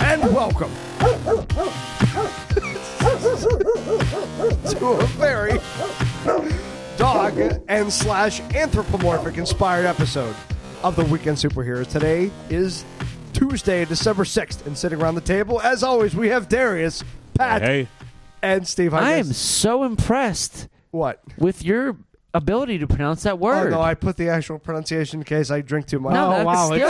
welcome to a very dog and slash anthropomorphic inspired episode of the Weekend Superheroes. Today is Tuesday, December 6th, and sitting around the table, as always, we have Darius, Pat, Hey, and Steve. I am Hines. so impressed What? with your ability to pronounce that Oh, word. no, I put the actual pronunciation in case I drink too much. No, oh, that's wow, it's-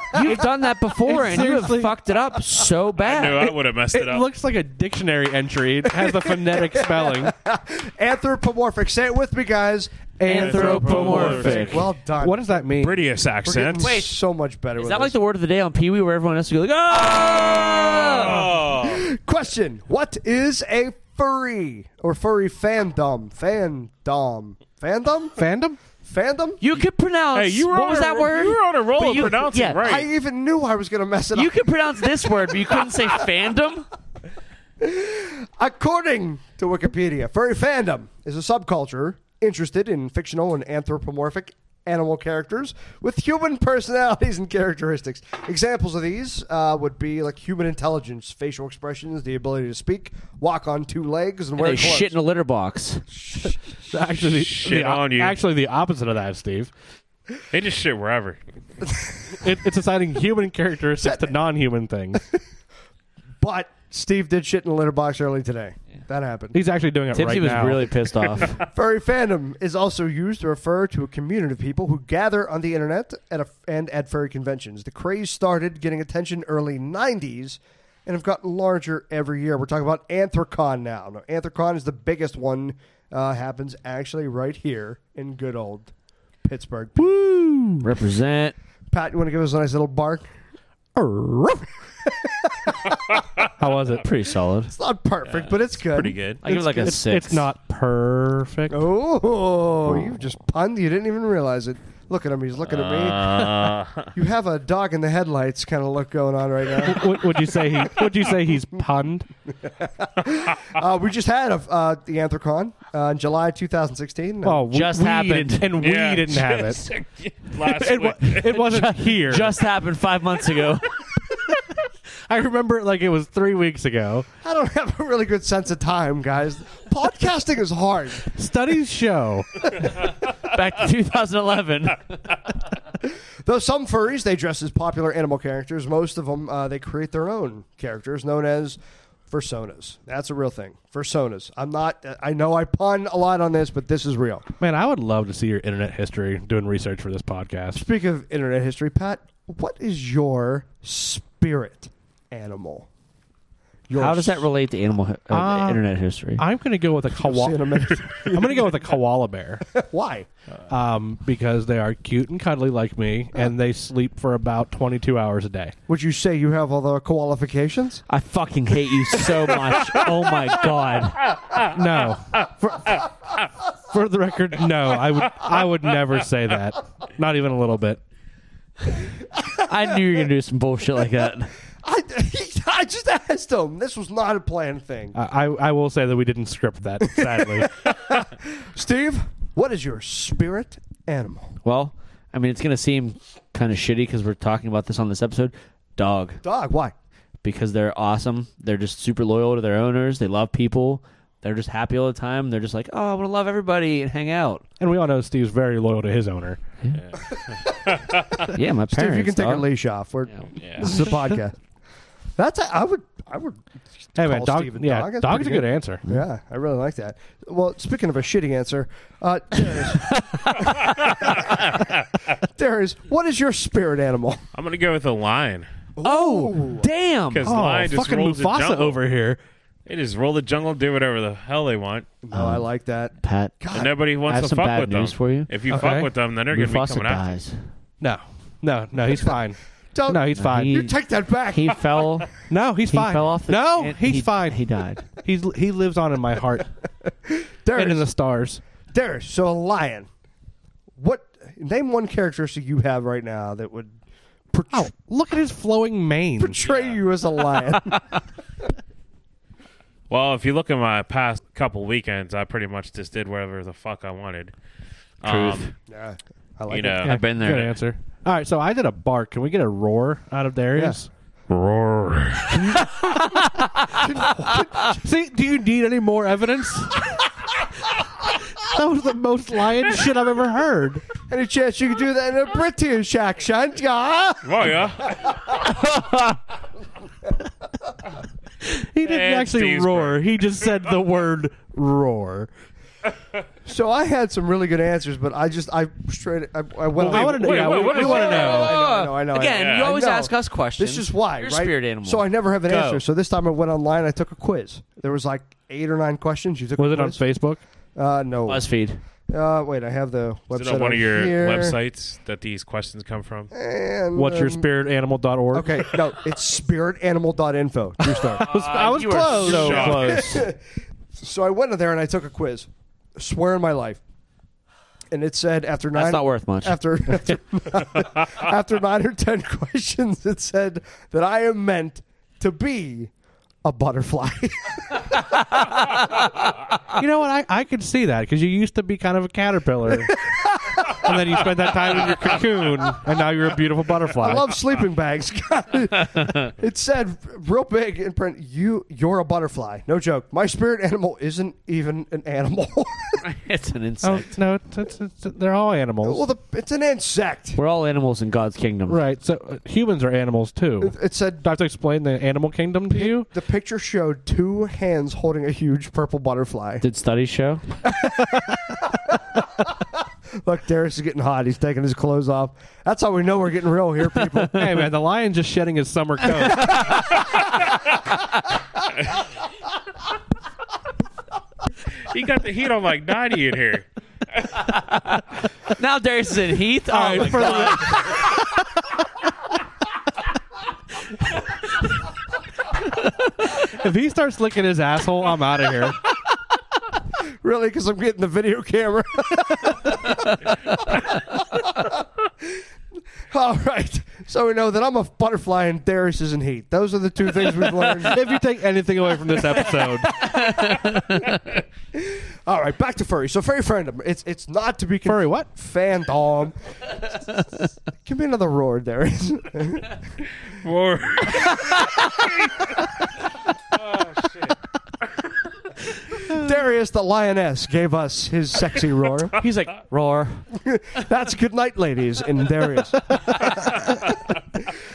skill. You've done that before, and you have seriously- fucked it up so I knew I bad. would have messed it, It up. looks like a dictionary entry. It has the phonetic spelling. Anthropomorphic. Say it with me, guys. Anthropomorphic. Well done. What does that mean? British We're getting accent. so much better Is with that this. like the word of the day on Pee Wee, where everyone has to go like, "Ah!" Oh, Question: What is a furry or furry fandom? Fandom? Fandom? Fandom? Fandom? You could pronounce. hey, you were what on was a, that word? You were on a roll But of you- pronouncing yeah, right. I even knew I was going to mess it You up. could pronounce this word, but you couldn't say fandom. According to Wikipedia, furry fandom is a subculture interested in fictional and anthropomorphic animal characters with human personalities and characteristics. Examples of these uh, would be like human intelligence, facial expressions, the ability to speak, walk on two legs, and, They wear clothes. shit in a litter box. Actually, the, Shit the- on you. Actually, the opposite of that, Steve. they just shit wherever. It, it's assigning human characteristics to non-human things. But Steve did shit in a litter box early today. That happened. He's actually doing it Tipsy right was now. really pissed off. Furry fandom is also used to refer to a community of people who gather on the internet at a, and at furry conventions. The craze started getting attention early 90s and have gotten larger every year. We're talking about Anthrocon now. Now, Anthrocon is the biggest one, uh, happens actually right here in good old Pittsburgh. Represent. Pat, you want to give us a nice little bark? How was it? Pretty solid. It's not perfect, but it's good. Pretty good. I give it like a It's, six. it's not perfect. Oh, you just punned. You didn't even realize it. Look at him. He's looking at me. Uh. You have a dog in the headlights kind of look going on right now. Would, would you say he? Would you say he's punned? Uh, we just had a, uh, the Anthrocon uh, in July 2016. Oh, we- Just we happened. didn't- and we Yeah, didn't have it. Last It, week. wa- it wasn't here. Just happened five months ago. I remember it like it was three weeks ago. I don't have a really good sense of time, guys. Podcasting is hard. Studies show Back to 2011. Though some furries, they dress as popular animal characters. Most of them, uh, they create their own characters known as fursonas. That's a real thing. Fursonas. I'm not, uh, I know I pun a lot on this, but this is real. Man, I would love to see your internet history doing research for this podcast. Speaking of internet history, Pat, what is your spirit animal? Your How does that relate to animal hi- uh, Uh, internet history? I'm gonna go with a We'll see in a koala. minute. I'm gonna go with a koala bear, Why? um, because they are cute and cuddly like me, and they sleep for about 22 hours a day. Would you say you have all the qualifications? I fucking hate you so much. oh my god. No, for, for the record, no, I would I would never say that, not even a little bit. I knew you were gonna do some bullshit like that. I, I just asked him. This was not a planned thing. Uh, I I, I will say that we didn't script that. Sadly, Steve, what is your spirit animal? Well, I mean, it's gonna seem kind of shitty because we're talking about this on this episode. Dog, Dog, why? because they're awesome. They're just super loyal to their owners. They love people. They're just happy all the time. They're just like, oh, I want to love everybody and hang out. and we all know Steve's very loyal to his owner. Yeah, my Steve, parents. you can take dog. your leash off. We're, Yeah. This is a podcast. That's a, I would I would Hey man, call dog, Steve a yeah, dog. That's dog's a pretty good answer. Yeah, I really like that. Well, speaking of a shitty answer, uh, Darius, Darius, what is your spirit animal? I'm gonna go with a lion Oh, damn. because Oh, lion just fucking rolls the Mufasa jungle. over here. They just roll the jungle, do whatever the hell they want, Um, No, Oh, I like that. Pat, and nobody I wants have to some fuck bad with news them. for you. If you Okay. fuck with them, then they're gonna be Mufasa coming after. dies. No, no, no. He's fine. Don't No, he's fine. he- you take that back. He fell. no, he's he fine. fell off. The, no, and he's he- fine. He died. He's he lives on in my heart Darius, and in the stars. Darius, so a lion. What name one characteristic you have right now that would portray, Oh, look at his flowing mane. portray you as a lion? Well, if you look at my past couple weekends, I pretty much just did whatever the fuck I wanted. Um, yeah, I like you it. know, I've been there. Good answer. All right, so I did a bark. Can we get a roar out of Darius? Roar. See, do you need any more evidence? that was the most lion shit I've ever heard. Any chance you could do that in a British accent? Yeah. Oh, yeah. He didn't And actually Steve's roar. He just said the word roar. So I had some really good answers, but I just I straight I, I went. I wanna know- yeah, we- we wanna know. I know, I know, I know, Again, I know. you always I know. ask us questions. This is why, You're a right? spirit animal. So I never have an Go. answer. So this time I went online. I took a quiz. There was like eight or nine questions. You took Was a it on quiz? Facebook? Uh, no. BuzzFeed. Uh, wait, I have the website. Is it on one of your here. websites that these questions come from? And, What's your um, spiritanimal.org? Okay, no, it's spiritanimal.info. True story. I was, I was you are close. so Uh, So close. close. so I went in there and I took a quiz. Swear in my life. And it said after nine. That's not worth much. after after, after nine or ten questions, it said that I am meant to be a butterfly. you know what? I, I could see that because you used to be kind of a caterpillar. and then you spent that time in your cocoon, and now you're a beautiful butterfly. I love sleeping bags. God. it said real big in print, "You, you're a butterfly." No joke. My spirit animal isn't even an animal. it's an oh, insect. no, it's, it's, it's, they're all animals. well, the, it's an insect. We're all animals in God's kingdom. right. So uh, humans are animals, too. It- It said Do I have to explain the animal kingdom to you? The picture showed two hands holding a huge purple butterfly. Did studies show? Look, Darius is getting hot. He's taking his clothes off. That's how we know we're getting real here, people. hey man, the lion just shedding his summer coat. He got the heat on like 90 in here. now Darius is in Heath. Oh, All my right, for God. the- if he starts licking his asshole, I'm out of here. really, because I'm getting the video camera. All right. So we know that I'm a butterfly and Darius is in heat. Those are the two things we've learned. If you take anything away from this episode, All right, back to furry. So furry fandom. It's it's not to be conf- furry what? fandom. Give me another roar, Darius. Roar. Darius the lioness gave us his sexy roar. He's like roar. That's good night, ladies, and there is.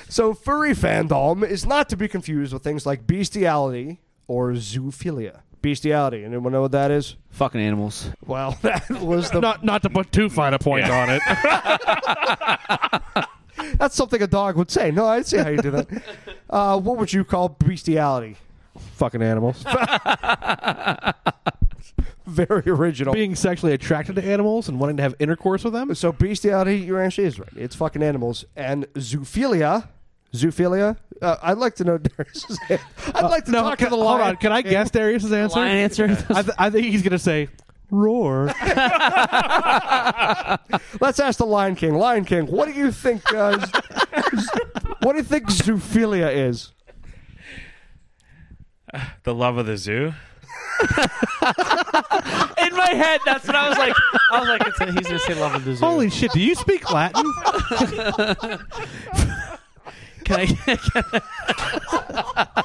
so, furry fandom is not to be confused with things like bestiality or zoophilia. Bestiality, anyone know what that is? Fucking animals. Well, that was the. Not not to put too fine a point Yeah. on it. That's something a dog would say. No, I see how you do that. Uh, what would you call bestiality? Fucking animals. Very original. Being sexually attracted to animals and wanting to have intercourse with them. so, bestiality, your answer is right. It's fucking animals. And zoophilia. Zoophilia? Uh, I'd like to know Darius's answer. I'd like to talk can, to the Uh, hold lion. on. Can I guess Darius's answer? Lion answer. I, th- I think he's gonna say roar. Let's ask the Lion King. Lion King, what do you think? Uh, z- what do you think zoophilia is? The love of the In zoo. my head, that's what I was like. I was like, it's, he's gonna say love of the zoo. Holy shit! Do you speak Latin? Can I,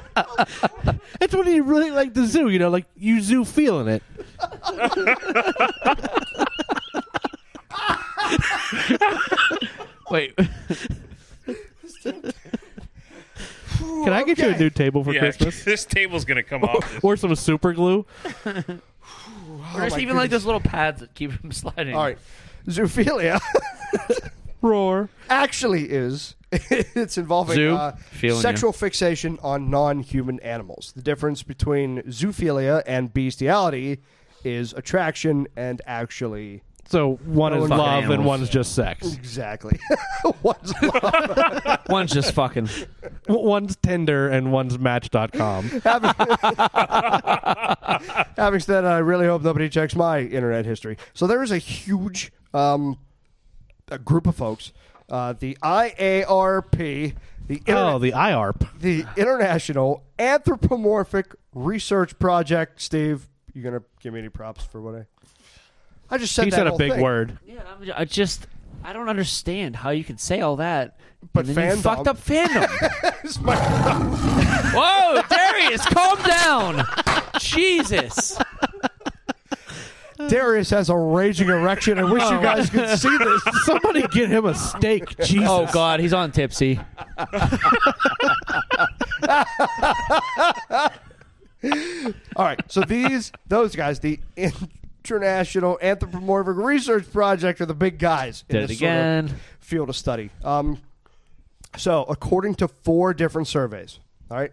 That's when you really like the zoo. You know, like you zoo feeling it. Oh wait. Can I get you a new table for Yeah, Christmas? this table's going to come off. this- Or some super glue? There's my even like those little pads that keep him sliding. All right, zoophilia Roar. actually is it's involving Zoo? uh, Feeling you. sexual fixation on non-human animals. The difference between zoophilia and bestiality is attraction and actually So one is Fucking love and animals. one's just sex. exactly what's One's just fucking. W- One's Tinder and one's Match.com. Having, having said that, I really hope nobody checks my internet history. So there is a huge um, a group of folks, uh, the IARP, the, Oh, Internet- the IARP. the International Anthropomorphic Research Project. Steve, you gonna give me any props for what I? I just said He that said a whole big thing. word. Yeah, I'm, ju- I just I don't understand how you can say all that, But and then you fandom- fucked up fandom. It's my- Whoa, Darius, calm down. Jesus. Darius has a raging erection. I Oh, wish you guys could see this. Somebody get him a steak. Jesus. Oh God, he's on tipsy. All right. So these, those guys, the International Anthropomorphic Research Project, are the big guys in Did it this sort of again. field of study. Um, so according to four different surveys, all right,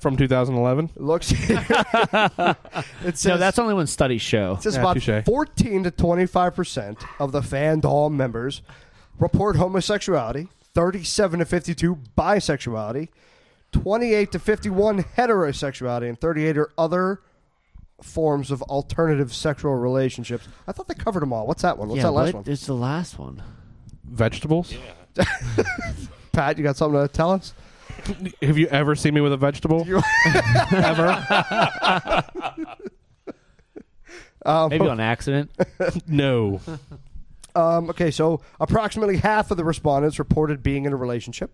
From 2011. it looks it says No, that's only when studies show. it says Yeah, about touche. fourteen to twenty five percent of the fandom members report homosexuality. Thirty-seven to fifty-two bisexuality, twenty-eight to fifty-one heterosexuality, and thirty-eight are other forms of alternative sexual relationships. I thought they covered them all. What's that one? What's yeah, that last what one? is the last one? Vegetables. Pat, you got something to tell us? Have you ever seen me with a vegetable? You- ever? Um, Maybe on accident. No. Um, okay, so approximately half of the respondents reported being in a relationship,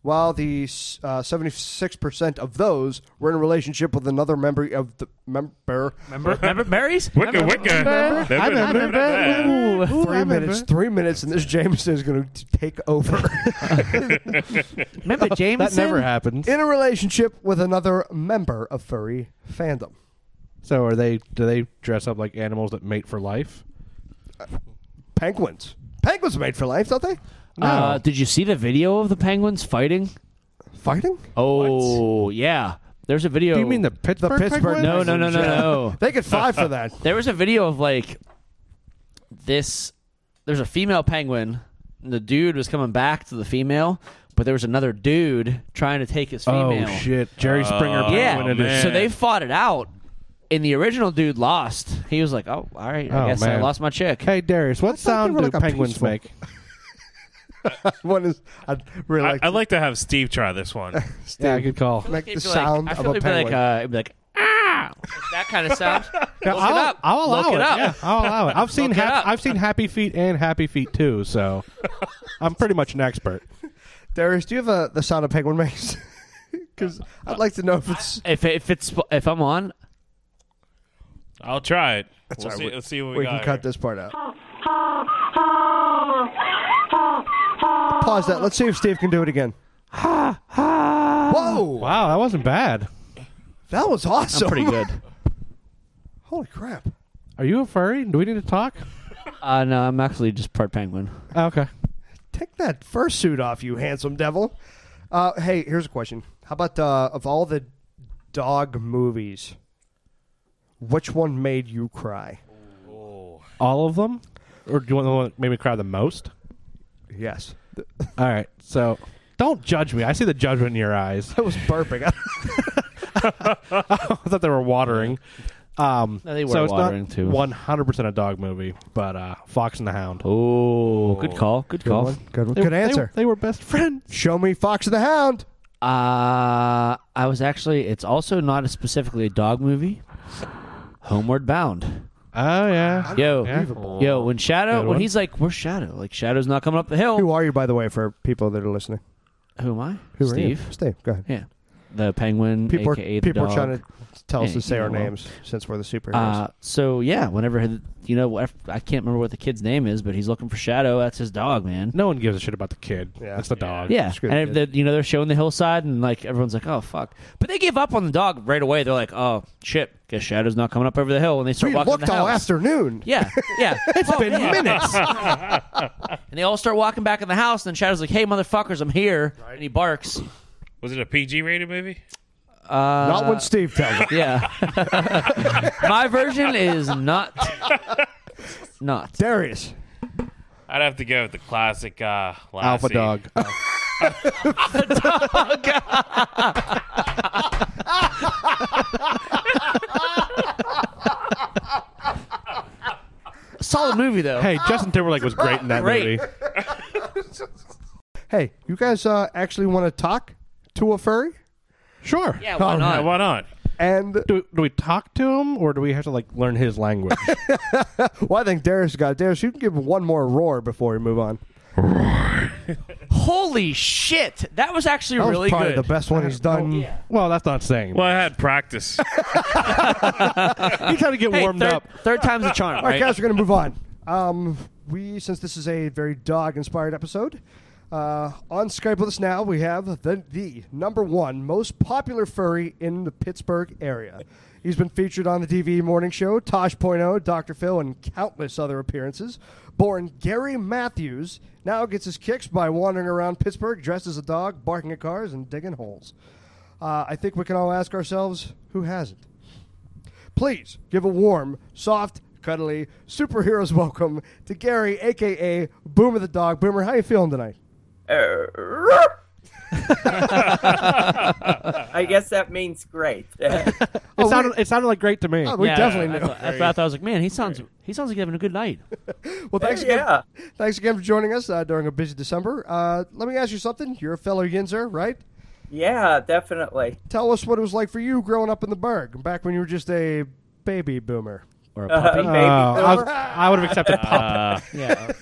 while the uh, 76% of those were in a relationship with another member of the er, member. Remember, remember Mary's? Wicca, remember. wicca. They've I been- remember. they've been- Ooh, ooh, three I minutes, three minutes, and this Jameson is going to take over. Remember That Jameson? never happens. in a relationship with another member of furry fandom. So are they? Do they dress up like animals that mate for life? Penguins. Penguins are made for life, don't they? Uh, No. did you see the video of the penguins fighting? Fighting? Oh yeah, there's a video. Do you mean the Pittsburgh? Pittsburgh Penguins? No, no, no, no, no. They could fly for that. there was a video of like this. There's a female penguin. And the dude was coming back to the female, but there was another dude trying to take his Oh female. shit! Jerry Springer. Oh, Yeah. penguin it is. man. So they fought it out, and the original dude lost. He was like, "Oh, all right, I Oh, guess I man. lost my chick." Hey Darius, what thought they sound were do like a penguins peaceful- make? One is, I'd really I- like, I'd like to have Steve try this one. Yeah, good call. to make the It'd be like- sound I feel of a it'd be like, penguin. uh, it'd be like ah, that kind of sound. Yeah, Look I'll, it up. I'll allow Look it. it up. Yeah, I'll allow it. I've seen Look it hap- up. I've seen Happy Feet and Happy Feet too, so I'm pretty much an expert. Darius, do you have uh, the sound a penguin makes? Because I'd like to know if it's. If if it's if I'm on, I'll try it. We'll all see, right. let's see what we, We got. can here. cut this part out. Pause that. Let's see if Steve can do it again. Whoa! Wow, that wasn't bad. That was awesome. I'm pretty good. Holy crap! Are you a furry? Do we need to talk? Uh, no, I'm actually just part penguin. Oh, okay. Take that fursuit off, you handsome devil. Uh, hey, here's a question. How about uh, of all the dog movies, which one made you cry? All of them, or do you want the one that made me cry the most? Yes, All right, so don't judge me. I see the judgment in your eyes. that was burping. I thought they were watering. Um, No, they were so it's watering, not too. 100% a dog movie, but uh, Fox and the Hound. Oh, good call. Good call. Good, one. They- good they- answer. They, were best friends. Show me Fox and the Hound. Uh, I was actually. It's also not a specifically a dog movie. Homeward Bound. Oh yeah. Yo, Unbelievable. yo. When Shadow, Good when one. he's like, "Where's Shadow?" Like Shadow's not coming up the hill. Who are you, by the way, for people that are listening? Who am I? Who are you? Steve. Steve, go ahead. Yeah, the penguin. People, AKA are, the people are dog. trying to tell us Yeah, to say you our know, well. names since we're the superheroes. Uh, so yeah, whenever you know, I can't remember what the kid's name is, but he's looking for Shadow. That's his dog, man. No one gives a shit about the kid. Yeah. That's the dog. Yeah, Screw and if the the, you know they're showing the hillside, and like everyone's like, "Oh fuck!" But they give up on the dog right away. They're like, "Oh shit, guess Shadow's not coming up over the hill," and they start we walking looked the all house. afternoon. Yeah, yeah. it's been minutes. And they all start walking back in the house, and then Shadow's like, "Hey, motherfuckers, I'm here," and he barks. Was it a PG rated movie? Not Uh, when Steve tells it. Yeah, my version is not not. Darius. I'd have to go with the classic uh, Lassie. Alpha dog. Solid movie though. hey, Justin Timberlake was great in that Great. movie. Hey, you guys uh, actually want to talk to a furry? Sure. Oh, yeah, why not? Why not? And Do, do we talk to him or do we have to like learn his language? well, I think Darius got Darius. You can give him one more roar before we move on. Holy shit! That was actually That was really probably good. the best one he's done. well, that's not saying. Well, I had practice. you try to get Hey, warmed third, up. third time's the charm, All right, right? guys, we're going to move on. Um, we, since this is a very dog-inspired episode, uh, on Skype with us now we have the the number one most popular furry in the Pittsburgh area. He's been featured on the DV Morning Show, Tosh.0, Dr. Phil, and countless other appearances. Born Gary Matthews, now gets his kicks by wandering around Pittsburgh dressed as a dog, barking at cars, and digging holes. Uh, I think we can all ask ourselves, who hasn't? please give a warm, soft, cuddly superheroes welcome to Gary, aka Boomer the dog. Boomer, how you feeling tonight? I guess that means great. It sounded, it sounded like great to me. Oh, we Yeah, definitely I, knew. thought- I, thought- I was like, man, he sounds he sounds like having a good night. well, thanks again. yeah. Thanks again for joining us uh, during a busy December. Uh, let me ask you something. You're a fellow Yinzer, right? Yeah, definitely. Tell us what it was like for you growing up in the Berg, back when you were just a baby boomer. Or a Uh, puppy. Oh, baby I, boomer. would have accepted pop. Uh, yeah.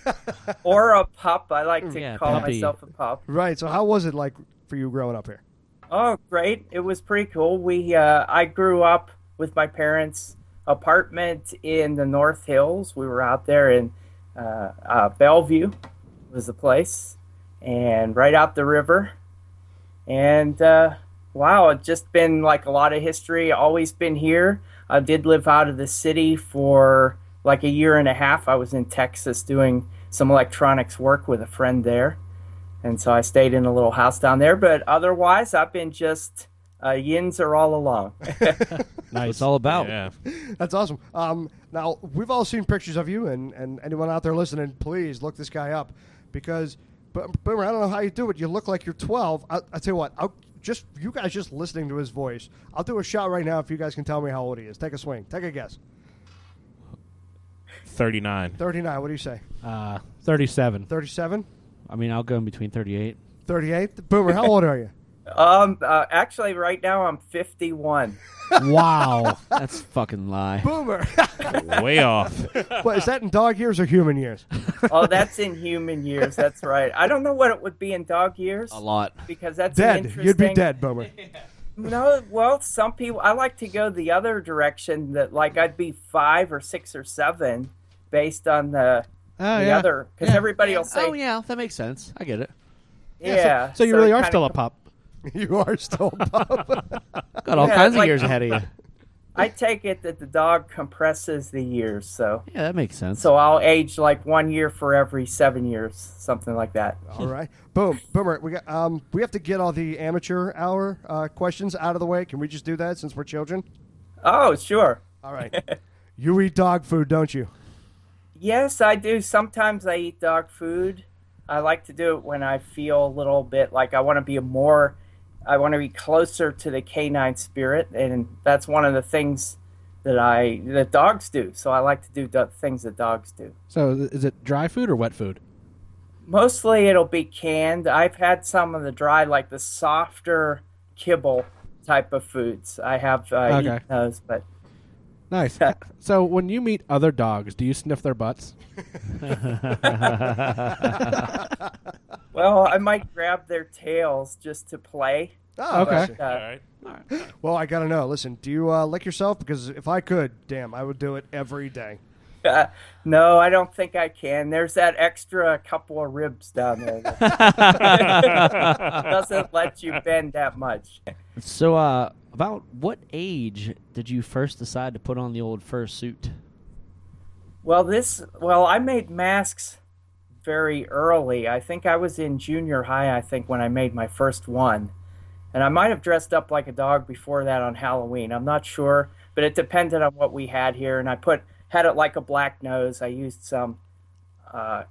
or a pup. I like to Yeah, call puppy. myself a pup. Right. So, how was it like for you growing up here? Oh, great! It was pretty cool. We uh, I grew up with my parents' apartment in the North Hills. We were out there in uh, uh, Bellevue was the place, and right out the river. And uh, wow, it's just been like a lot of history. Always been here. I did live out of the city for like a year and a half. I was in Texas doing some electronics work with a friend there and so I stayed in a little house down there. But otherwise, I've been just uh, yins are all along. nice. It's all about. yeah. That's awesome. Um, now we've all seen pictures of you, and, and anyone out there listening, please look this guy up because Bo- Boomer, I don't know how you do it. You look like you're 12. I, I tell you what, I'll just you guys just listening to his voice. I'll do a shot right now if you guys can tell me how old he is. Take a swing. Take a guess. 39. 39. What do you say? Uh, 37. 37. I mean, I'll go in between thirty-eight. 38. Boomer, how old are you? um, uh, actually, right now I'm 51. Wow. That's fucking lie. Boomer. Way off. what is that in dog years or human years? oh, that's in human years. That's right. I don't know what it would be in dog years A lot. because that's an Dead. Interesting... You'd be dead, Boomer. No, well, some people. I like to go the other direction. That like I'd be five or six or seven, based on the. Oh, the yeah. other, because everybody will say, Oh yeah, that makes sense. I get it. yeah. So, so you really it are kinda still a pop. you are still Bob. I've got all Yeah, kinds of like- years ahead of you. I take it that the dog compresses the years, so Yeah, that makes sense. so I'll age like one year for every seven years, something like that. All right, boom, boomer. We got um, we have to get all the amateur hour uh, questions out of the way. Can we just do that since we're children? Oh, sure. All right. you eat dog food, don't you? Yes, I do. Sometimes I eat dog food. I like to do it when I feel a little bit like I want to be a more, I want to be closer to the canine spirit, and that's one of the things that I that dogs do. So I like to do do- things that dogs do. So is it dry food or wet food? Mostly it'll be canned. I've had some of the dry, like the softer kibble type of foods. I have uh, Okay. eaten those, but Nice. so when you meet other dogs, do you sniff their butts? well, I might grab their tails just to play. Oh, Okay. bless you. Uh, All right. Well, I gotta know. Listen, do you uh, lick yourself? Because if I could, damn, I would do it every day. no, I don't think I can. There's that extra couple of ribs down there. That doesn't let you bend that much. So, uh, about what age did you first decide to put on the old fur suit? Well, this well, I made masks very early. I think I was in junior high. I think when I made my first one, and I might have dressed up like a dog before that on Halloween. I'm not sure, but it depended on what we had here. And I put had it like a black nose. I used some uh,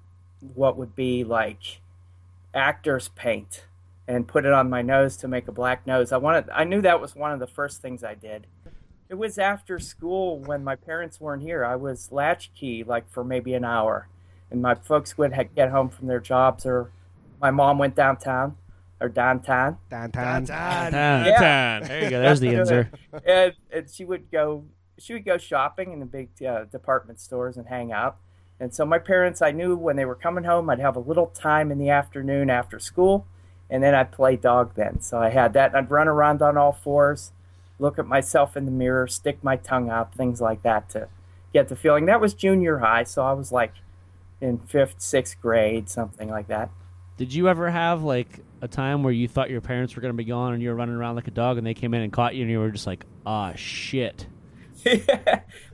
what would be like actor's paint and put it on my nose to make a black nose. I wanted. I knew that was one of the first things I did. It was after school when my parents weren't here. I was latchkey like for maybe an hour, and my folks would ha- get home from their jobs, or my mom went downtown, or Downtown. Downtown. Ah, Downtown. there you go. There's the answer. and, and she would go she would go shopping in the big uh, department stores and hang out and so my parents i knew when they were coming home i'd have a little time in the afternoon after school and then i'd play dog then so i had that and i'd run around on all fours look at myself in the mirror stick my tongue out things like that to get the feeling that was junior high so i was like in fifth sixth grade something like that Did you ever have like a time where you thought your parents were going to be gone and you were running around like a dog and they came in and caught you and you were just like, ah, shit.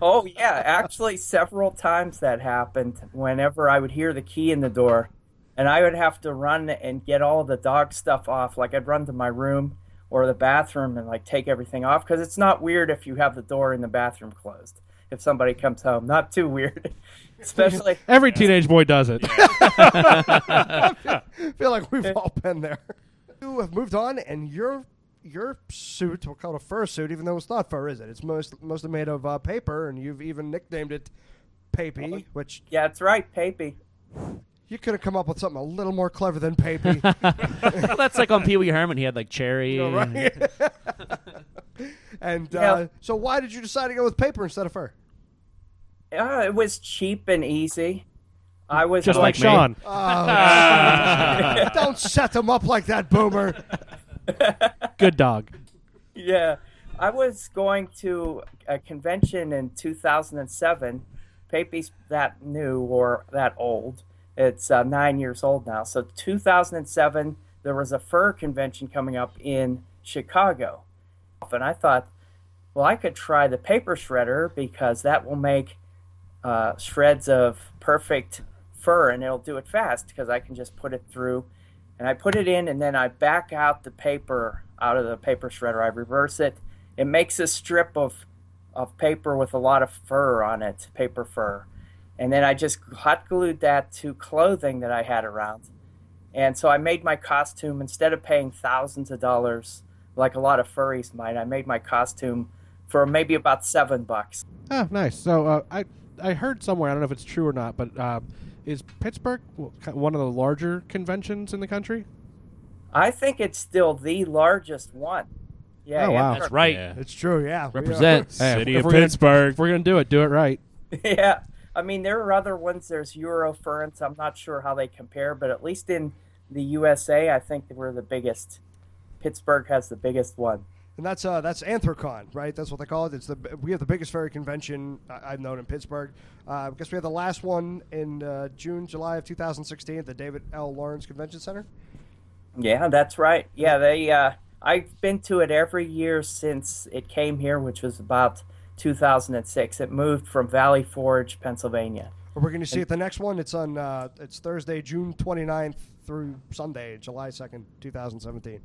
oh yeah, actually several times that happened whenever I would hear the key in the door and I would have to run and get all the dog stuff off. Like I'd run to my room or the bathroom and like take everything off cuz it's not weird if you have the door in the bathroom closed. If somebody comes home, not too weird. Especially Every teenage boy does it. I feel like we've all been there. You have moved on, and your your suit, we'll call it a fur suit, even though it's not fur, is it? It's most, mostly made of uh, paper, and you've even nicknamed it Papy, which yeah, that's right, Papy. you could have come up with something a little more clever than Papy. Well, that's like on Pee Wee Herman. He had like cherry. right? and uh, Yeah. so, why did you decide to go with paper instead of fur? Uh, it was cheap and easy. I was Just like like Sean. Oh, Don't set them up like that, Boomer. Good dog. Yeah, I was going to a convention in 2007. Papi's that new or that old. It's uh, nine years old now. So 2007, there was a fur convention coming up in Chicago, and I thought, well, I could try the paper shredder because that will make uh, shreds of perfect fur and it'll do it fast because I can just put it through and I put it in and then I back out the paper out of the paper shredder. I reverse it. It makes a strip of, of paper with a lot of fur on it, paper fur. And then I just hot glued that to clothing that I had around. And so I made my costume instead of paying thousands of dollars like a lot of furries might. I made my costume for maybe about seven bucks. Oh, nice. So uh, I I heard somewhere I don't know if it's true or not, but uh, is Pittsburgh one of the larger conventions in the country? I think it's still the largest one. Yeah, Oh, wow. and- That's Right. Yeah. It's true, yeah. we are. Represent. Hey, City if of we're gonna- Pittsburgh. If we're gonna do it, do it right. Yeah. I mean, there are other ones. There's Eurofurrence. I'm not sure how they compare, but at least in the USA, I think we're the biggest. Pittsburgh has the biggest one. And that's uh, that's Anthrocon, right? That's what they call it. It's the we have the biggest fairy convention I- I've known in Pittsburgh. Uh, I guess we had the last one in uh, June, July of 2016 at the David L. Lawrence Convention Center. Yeah, that's right. Yeah, they. Uh, I've been to it every year since it came here, which was about 2006. It moved from Valley Forge, Pennsylvania. We're going to see it the next one. It's on uh, it's Thursday, June 29th through Sunday, July 2nd, 2017.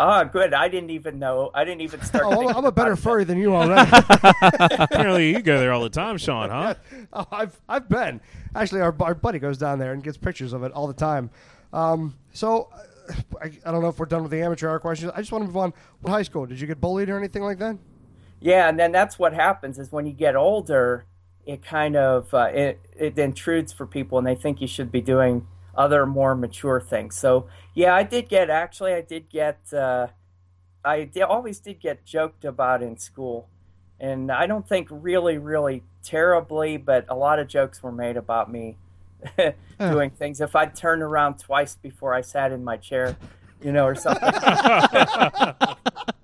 Oh, good. I didn't even know. I didn't even start. Oh, I'm, thinking I'm a better about it. furry than you already. Apparently, you go there all the time, Sean, huh? Oh, I've I've been actually our, our buddy goes down there and gets pictures of it all the time. Um, so uh, I, I don't know if we're done with the amateur hour questions. I just want to move on. What high school did you get bullied or anything like that? Yeah, and then that's what happens is when you get older, it kind of uh, it it intrudes for people, and they think you should be doing other more mature things. So yeah, I did get actually I did get uh, I di- always did get joked about in school, and I don't think really really terribly, but a lot of jokes were made about me doing things. If I turned around twice before I sat in my chair, you know, or something.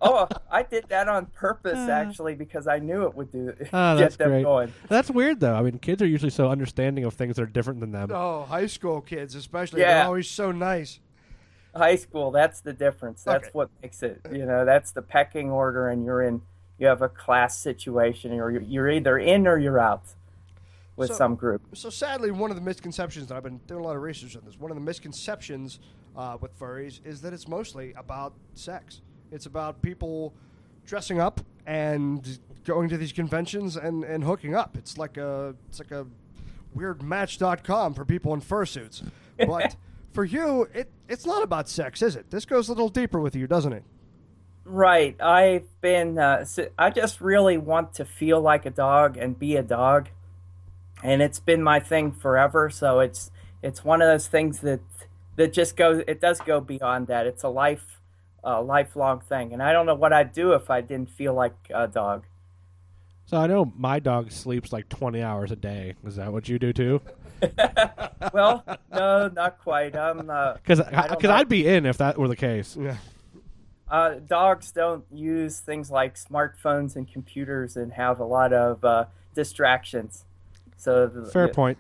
Oh, I did that on purpose actually because I knew it would do Oh, get that's them great. going. That's weird though. I mean, kids are usually so understanding of things that are different than them. Oh, high school kids, especially, Yeah. they're always so nice. High school, that's the difference. That's Okay. what makes it. You know, that's the pecking order, and you're in. You have a class situation, or you're, you're either in or you're out with So- some group. So sadly, one of the misconceptions that I've been doing a lot of research on this. One of the misconceptions uh, with furries is that it's mostly about sex. It's about people dressing up and going to these conventions and, and hooking up. It's like a it's like a weird match.com for people in fursuits. But for you, it it's not about sex, is it? This goes a little deeper with you, doesn't it? Right. I've been. Uh, s- I just really want to feel like a dog and be a dog, and it's been my thing forever. So it's it's one of those things that that just goes it does go beyond that it's a life a lifelong thing and i don't know what i'd do if i didn't feel like a dog So I know my dog sleeps like 20 hours a day. Is that what you do too? well no not quite i'm uh, Because I don't because know. Mm. I'd be in if that were the case. Yeah. uh, dogs don't use things like smartphones and computers and have a lot of uh, distractions so the- Fair point.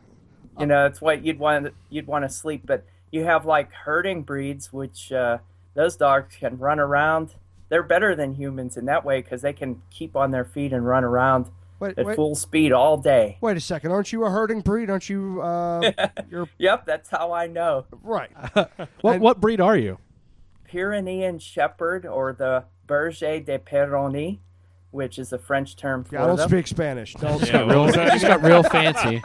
you know it's what you'd want you'd want to sleep but you have like herding breeds which uh, those dogs can run around they're better than humans in that way because they can keep on their feet and run around Wait, at wait, full speed all day wait a second. Aren't you a herding breed? Aren't you? Uh, you're yep that's how i know right. What what breed are you? pyrenean shepherd or the berger de Pyrénées, which is a french term for Yeah, I don't them speak Spanish. Don't. Yeah, what was that? Just got real fancy.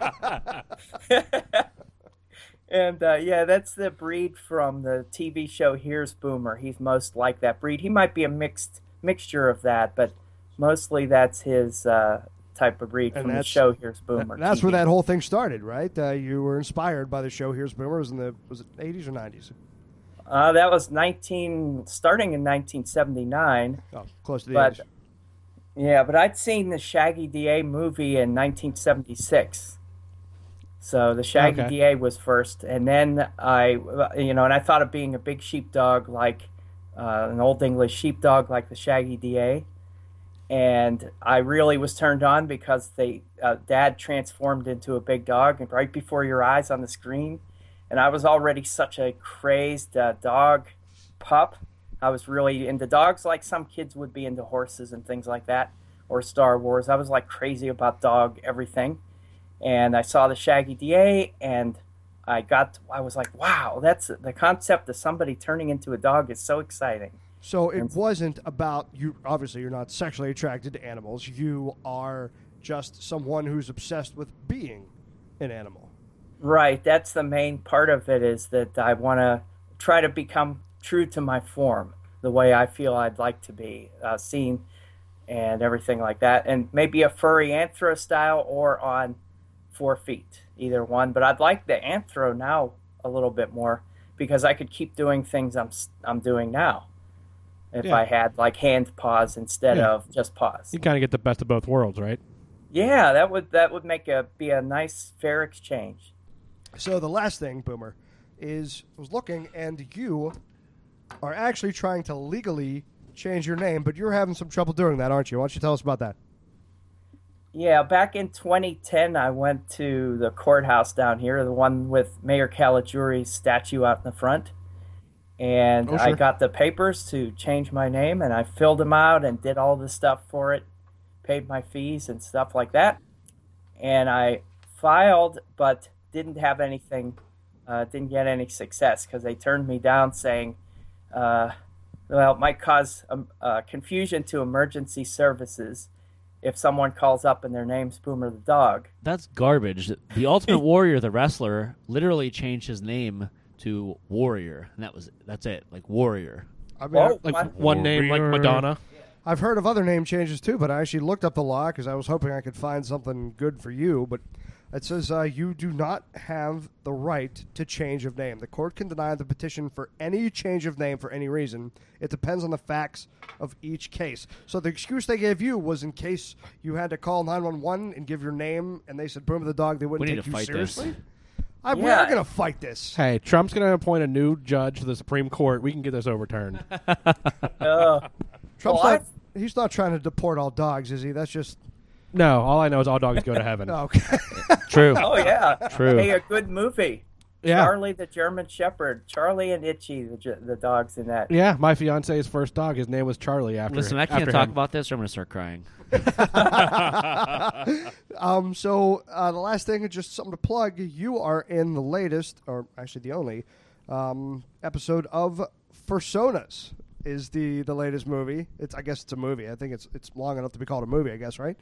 And uh, yeah, that's the breed from the TV show Here's Boomer. He's most like that breed. He might be a mixed mixture of that, but mostly that's his uh, type of breed And from the that's- show Here's Boomer. That's TV. where that whole thing started, right? Uh, you were inspired by the show. Here's Boomers in the was it 80s or 90s? Uh, that was 19, starting in 1979. Oh, close to the But 80s. yeah, but I'd seen the Shaggy DA movie in 1976. So the Shaggy Okay. DA was first, and then I, you know, and I thought of being a big sheepdog, like uh, an old English sheepdog, like the Shaggy DA. And I really was turned on because they, uh, Dad transformed into a big dog, and right before your eyes on the screen, and I was already such a crazed uh, dog pup. I was really into dogs, like some kids would be into horses and things like that, or Star Wars. I was like crazy about dog everything, and I saw the Shaggy DA, and I got, I was like, wow, that's the concept of somebody turning into a dog is so exciting. So it wasn't about you. Obviously, you're not sexually attracted to animals. You are just someone who's obsessed with being an animal. Right, that's the main part of it is that I want to try to become true to my form, the way I feel I'd like to be uh, seen, and everything like that. And maybe a furry anthro style or on four feet, either one. But I'd like the anthro now a little bit more because I could keep doing things I'm s- I'm doing now. If Yeah. I had like hand paws instead Yeah. of just paws. You kind of get the best of both worlds, right? Yeah, that would that would make a be a nice fair exchange. So the last thing, Boomer, is I was looking, and you are actually trying to legally change your name, but you're having some trouble doing that, aren't you? Why don't you tell us about that? Yeah, back in 2010, I went to the courthouse down here, the one with Mayor Caligiuri's statue out in the front. And Oh, I sure. got the papers to change my name, and I filled them out and did all the stuff for it, paid my fees and stuff like that. And I filed, but didn't have anything, uh, didn't get any success because they turned me down saying, uh, well, it might cause um, uh, confusion to emergency services if someone calls up and their name's Boomer the dog. That's garbage. The Ultimate Warrior, the wrestler, literally changed his name to Warrior, and that was that's it. Like Warrior. I mean, Whoa, Like Oh, what? one name, like Warrior. Madonna. I've heard of other name changes too, but I actually looked up the law because I was hoping I could find something good for you. But it says uh, you do not have the right to change of name. The court can deny the petition for any change of name for any reason. It depends on the facts of each case. So the excuse they gave you was in case you had to call 911 and give your name, and they said Boom the dog, they We wouldn't need take to you fight this. seriously. I, We're Yeah. not going to fight this. Hey, Trump's going to appoint a new judge to the Supreme Court. We can get this overturned. Uh, Trump's Well, not, he's not trying to deport all dogs, is he? That's just. no, all I know is all dogs go to heaven. Oh, okay. True. oh yeah, True. Hey, a good movie. Yeah. Charlie the German Shepherd, Charlie and Itchy, the, j- the dogs in that. Yeah, my fiance's first dog. His name was Charlie. After Listen, I can't after talk him. about this, or I'm gonna start crying. Um, so uh, the last thing is just something to plug. You are in the latest, or actually the only um, episode of Personas is the the latest movie. It's I guess it's a movie. I think it's it's long enough to be called a movie. I guess right.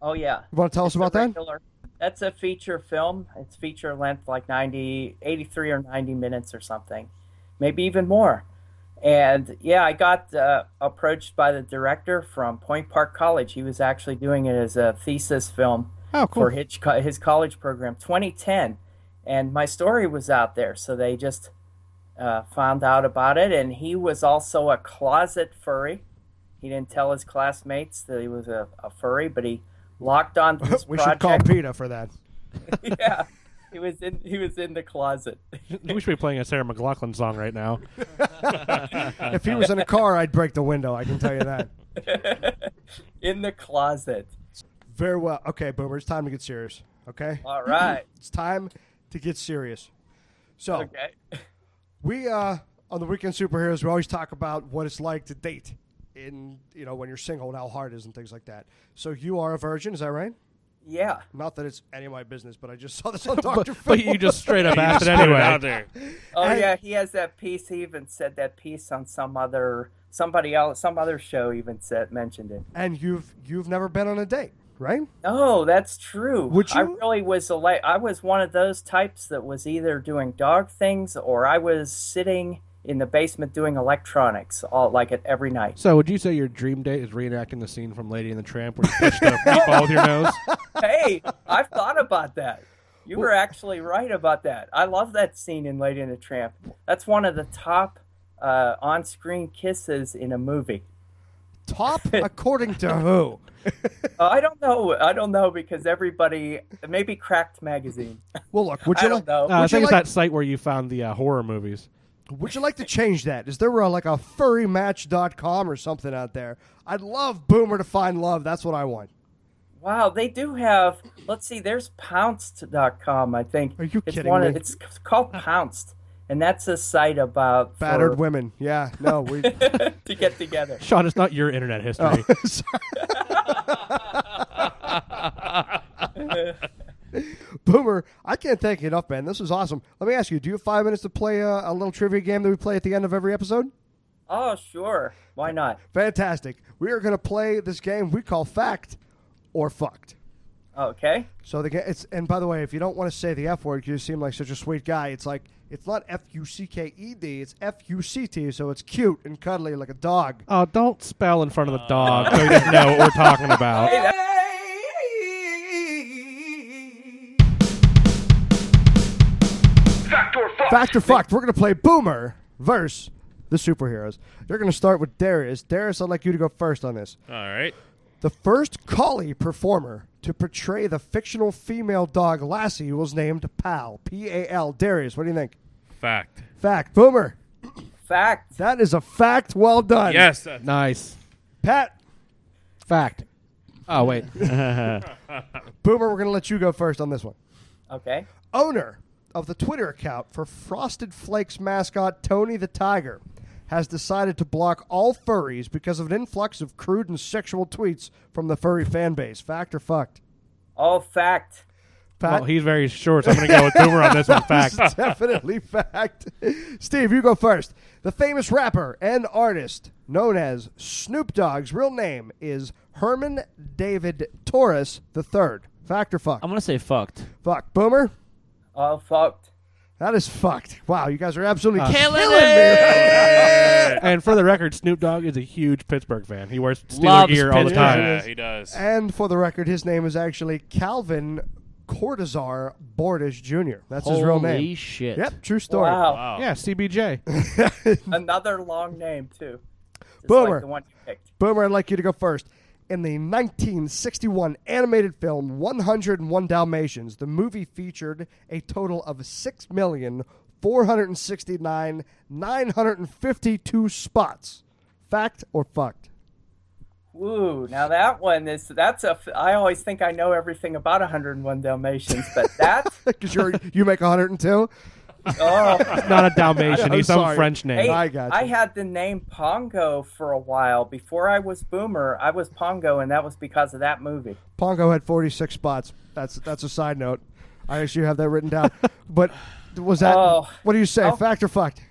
Oh yeah. You want to tell us It's a about that? regular- That's a feature film. It's feature length, like 90, 83 or 90 minutes or something, maybe even more. And yeah, I got uh, approached by the director from Point Park College. He was actually doing it as a thesis film Oh, cool. for his, co- his college program, 2010. And my story was out there, so they just uh, found out about it, and he was also a closet furry. He didn't tell his classmates that he was a, a furry, but he locked on to this we should project. call PETA for that. yeah, he was in he was in the closet. We should be playing a Sarah McLaughlin song right now. If he was in a car, I'd break the window. I can tell you that. in the closet. Very well. Okay, Boomer, it's time to get serious. Okay, All right. it's time to get serious. So Okay. we uh, on the weekend superheroes, we always talk about what it's like to date in you know when you're single and how hard it is and things like that. So you are a virgin, is that right? Yeah. Not that it's any of my business, but I just saw this on Doctor Phil. But you just straight up asked it Put it out anyway. there. Oh And- yeah, he has that piece. He even said that piece on some other somebody else, some other show. Even said mentioned it. and you've you've never been on a date, right? Oh, that's true. Would I you- really was a la- I was one of those types that was either doing dog things or I was sitting in the basement doing electronics all like it every night. So, would you say your dream date is reenacting the scene from Lady and the Tramp where you pushed a meatball with your nose? hey, I've thought about that. You were actually right about that. I love that scene in Lady and the Tramp. That's one of the top uh, on-screen kisses in a movie. Top according to who? Uh, I don't know. I don't know because everybody maybe Cracked Magazine. Well, look, would I you don't like know. Uh, I Would you think it's like- that site where you found the uh, horror movies. would you like to change that? Is there uh, like a furrymatch.com or something out there? I'd love Boomer to find love. That's what I want. Wow, they do have. Let's see, there's Pounced.com, I think. Are you it's kidding one of- me? it's c- called Pounced, and that's a site about Battered for, women. Yeah, no, we. to get together. Sean, it's not your internet history. Sorry. Boomer, I can't thank you enough, man. This was awesome. Let me ask you: Do you have five minutes to play uh, a little trivia game that we play at the end of every episode? Oh, sure, why not? Fantastic. We are going to play this game we call Fact or Fucked. Okay, So the ga- it's and by the way, if you don't want to say the F word, 'cause you seem like such a sweet guy. It's like it's not F U C K E D. It's F U C T. So it's cute and cuddly like a dog. oh, don't spell in front of the dog so he doesn't know what we're talking about. Fact or fucked? We're going to play Boomer versus the superheroes. You're going to start with Darius. Darius, I'd like you to go first on this. All right. The first collie performer to portray the fictional female dog Lassie was named Pal. P A L. Darius, what do you think? Fact. Fact. Boomer. fact. That is a fact. Well done. Yes. uh, that's- Nice. Pat. Fact. Oh, wait. Boomer, we're going to let you go first on this one. Okay, Owner of the Twitter account for Frosted Flakes mascot Tony the Tiger has decided to block all furries because of an influx of crude and sexual tweets from the furry fan base. Fact or fucked? all fact. Pat, Well, he's very short, so I'm going to go with Boomer on this one. Fact. definitely fact. Steve, you go first. The famous rapper and artist known as Snoop Dogg's real name is Herman David Torres III. Fact or fuck? I'm gonna say fucked. fuck. Boomer? All fucked. That is fucked. Wow, you guys are absolutely killing, me. And for the record, Snoop Dogg is a huge Pittsburgh fan. He wears Steeler Loves gear all the Pittsburgh. time. Yeah, he does. and for the record, his name is actually Calvin Cortazar Bordish Jr. That's his real Holy name. shit. Yep, true story. Wow, Wow. Yeah, CBJ. another long name too. Just Boomer. Like the one you picked. Boomer, I'd like you to go first. In the 1961 animated film 101 Dalmatians, the movie featured a total of 6,469,952 spots. Fact or fucked? Ooh, now that one is that's a. f- I always think I know everything about 101 Dalmatians, but that Because you you make 102? oh. Not a Dalmatian. I'm He's some sorry. French name. Hey, I gotcha. had the name Pongo for a while before I was Boomer. I was Pongo, and that was because of that movie. Pongo had 46 spots. That's that's a side note. I actually have that written down. but was that, Oh. what do you say? Oh. Fact or fucked?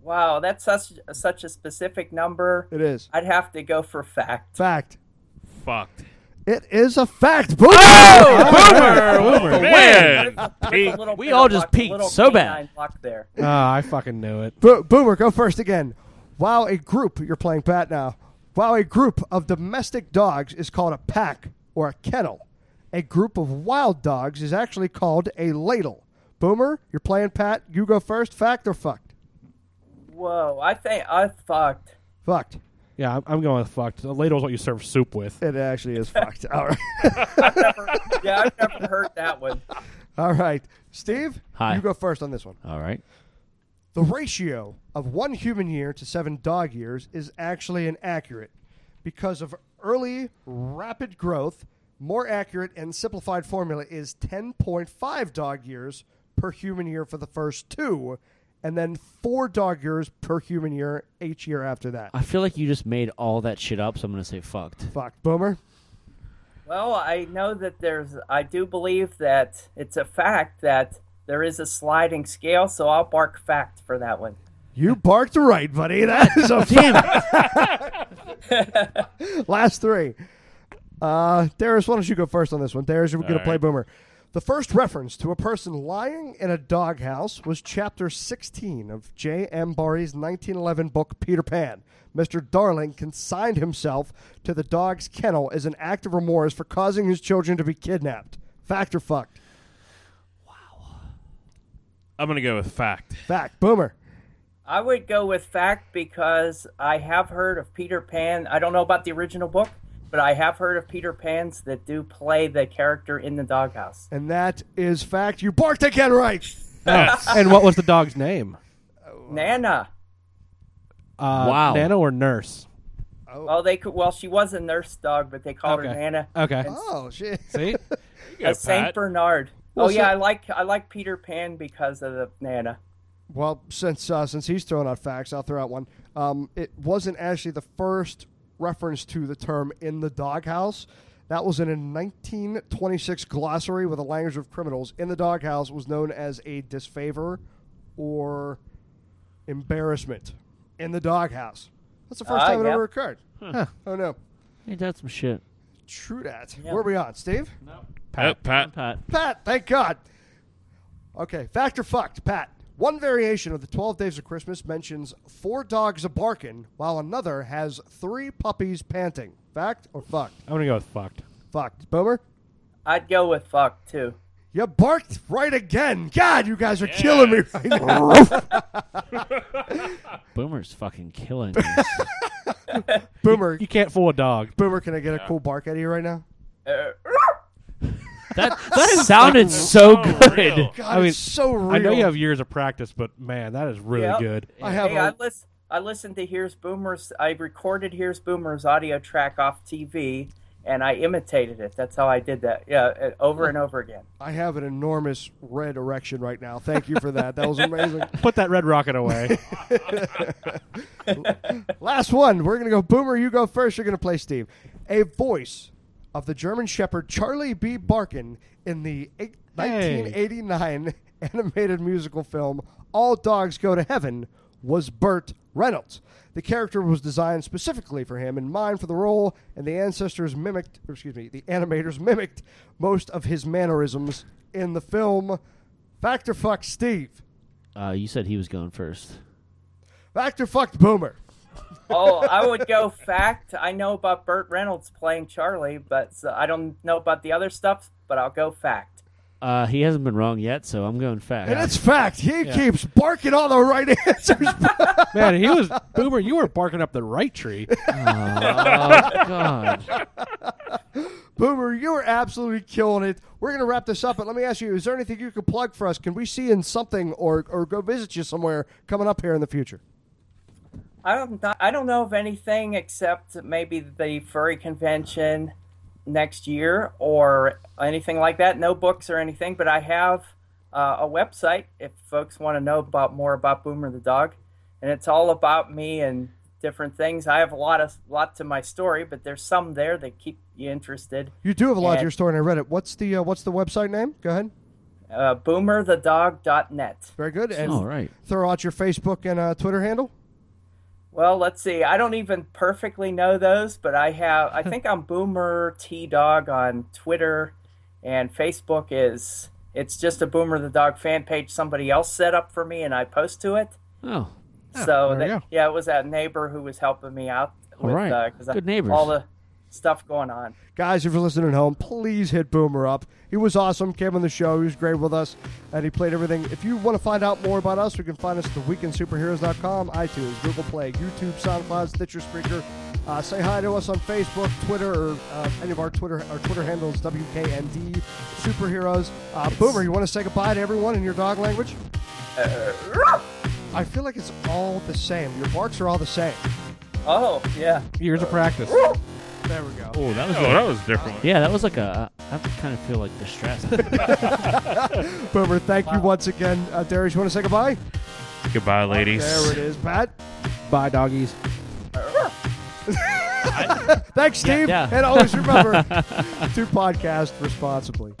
Wow, that's such such a specific number. It is. I'd have to go for fact. Fact. Fucked. It is a fact. Boomer! Man. Pete. A little We bit all of just luck, a peaked little so bad. canine luck there. Ah, I fucking knew it. Bo- Boomer, go first again. While a group, you're playing Pat now, while a group of domestic dogs is called a pack or a kennel, a group of wild dogs is actually called a ladle. Boomer, you're playing Pat. You go first. Fact or fucked? Whoa, I think I fucked. Fucked. Yeah, I'm, I'm going with fucked. The ladle is what you serve soup with. It actually is fucked. All right. Never- yeah, I've never heard that one. All right. Steve, Hi. you go first on this one. All right. The ratio of one human year to seven dog years is actually inaccurate because of early rapid growth. More accurate and simplified formula is 10.5 dog years per human year for the first two, and then four dog years per human year each year after that. I feel like you just made all that shit up, so I'm gonna say fucked. Fuck, boomer. Well, I know that there's. I do believe that it's a fact that there is a sliding scale, so I'll bark fact for that one. You barked right, buddy. That is a Damn it! Last three. Uh, Darius, why don't you go first on this one? Darius, you're going to All play right. Boomer. The first reference to a person lying in a doghouse was chapter 16 of J.M. Barrie's 1911 book, Peter Pan. Mr. Darling consigned himself to the dog's kennel as an act of remorse for causing his children to be kidnapped. Fact or fucked? I'm gonna go with fact. Fact. Boomer. I would go with fact because I have heard of Peter Pan. I don't know about the original book, but I have heard of Peter Pans that do play the character in the doghouse. And that is fact. You barked again right. and what was the dog's name? Oh, Nana. Uh, Wow. Nana or nurse? Oh, they could. Well, she was a nurse dog, but they called her Okay. Nana. Okay. Oh, shit. See? Go, a Saint Pat. Bernard. Well, oh yeah, so- I like I like Peter Pan because of the Nana. Well, since uh, since he's throwing out facts, I'll throw out one. Um, it wasn't actually the first reference to the term "in the doghouse." That was in a 1926 glossary with the language of criminals. "In the doghouse" was known as a disfavor or embarrassment. "In the doghouse." That's the first Ah, time it yeah. ever occurred. Oh no, Ain't that some shit? true that. Where are we on, Steve? Pat. Uh, Pat. Pat. Pat, thank God. Okay, fact or fucked, Pat. One variation of the 12 Days of Christmas mentions four dogs a barking, while another has three puppies panting. Fact or fucked? I'm going to go with fucked. Fucked. Boomer? I'd go with fuck too. You barked right again. God, you guys are killing me right now. Boomer's fucking killing me. Boomer, You can't fool a dog. Boomer, can I get a cool bark out of you right now? Uh, that that sounded so good. real. God, I mean, it's so real. I know you have years of practice, but man, that is really Yep. good. I have hey, a- I listen. I listened to Here's Boomer's. I recorded Here's Boomer's audio track off TV, and I imitated it. That's how I did that. Yeah, uh, over and over again. I have an enormous red erection right now. Thank you for that. That was amazing. Put that red rocket away. Last one. We're going to go Boomer. You go first. You're going to play Steve. A voice of the German Shepherd Charlie B. Barkin in the eight, Hey. 1989 animated musical film All Dogs Go to Heaven was Burt Reynolds. The character was designed specifically for him in mind for the role, and the ancestors mimicked, or excuse me, the animators mimicked most of his mannerisms in the film. Factor fucked Steve. Uh, you said he was going first. Factor fucked Boomer. Oh, I would go fact. I know about Burt Reynolds playing Charlie, but so I don't know about the other stuff. But I'll go fact. Uh, he hasn't been wrong yet, so I'm going fact. And it's fact. He keeps barking all the right answers. man, he was Boomer. You were barking up the right tree. oh god. Boomer, you are absolutely killing it. We're going to wrap this up, but let me ask you: Is there anything you can plug for us? Can we see in something or or go visit you somewhere coming up here in the future? I don't. know- I don't know of anything except maybe the furry convention next year or anything like that. No books or anything, but I have uh, a website if folks want to know about more about Boomer the dog, and it's all about me and different things. I have a lot of lot to my story, but there's some there that keep you interested. You do have a lot Yeah. to your story, and I read it. What's the uh, what's the website name? Go ahead. Uh, BoomerTheDog.net. Very good. And All right. throw out your Facebook and uh, Twitter handle. Well, let's see. I don't even perfectly know those, but I have. I think I'm Boomer T Dog on Twitter, and Facebook is. It's just a Boomer the Dog fan page somebody else set up for me, and I post to it. Oh, so there that, you go. yeah, it was that neighbor who was helping me out. All with, right. uh, 'cause I- Good neighbors. All the stuff going on. Guys, if you're listening at home, please hit Boomer up. He was awesome, came on the show, he was great with us, and he played everything. If you want to find out more about us, you can find us at theweekendsuperheroes.com, iTunes, Google Play, YouTube, SoundCloud, Stitcher, Spreaker. Uh, say hi to us on Facebook, Twitter, or uh, any of our Twitter our Twitter handles, WKND Superheroes. Uh, Boomer, you want to say goodbye to everyone in your dog language? Uh, I feel like it's all the same. Your barks are all the same. Oh, yeah. Years of practice. There we go. Oh, that was. Oh, that was different. yeah, that was like a. I kind of feel like distressed. Boomer, thank you once again. Uh, Darius, you want to say goodbye? Goodbye, ladies. There it is, Pat. Bye, doggies. Thanks, Steve. yeah. And always remember to podcast responsibly.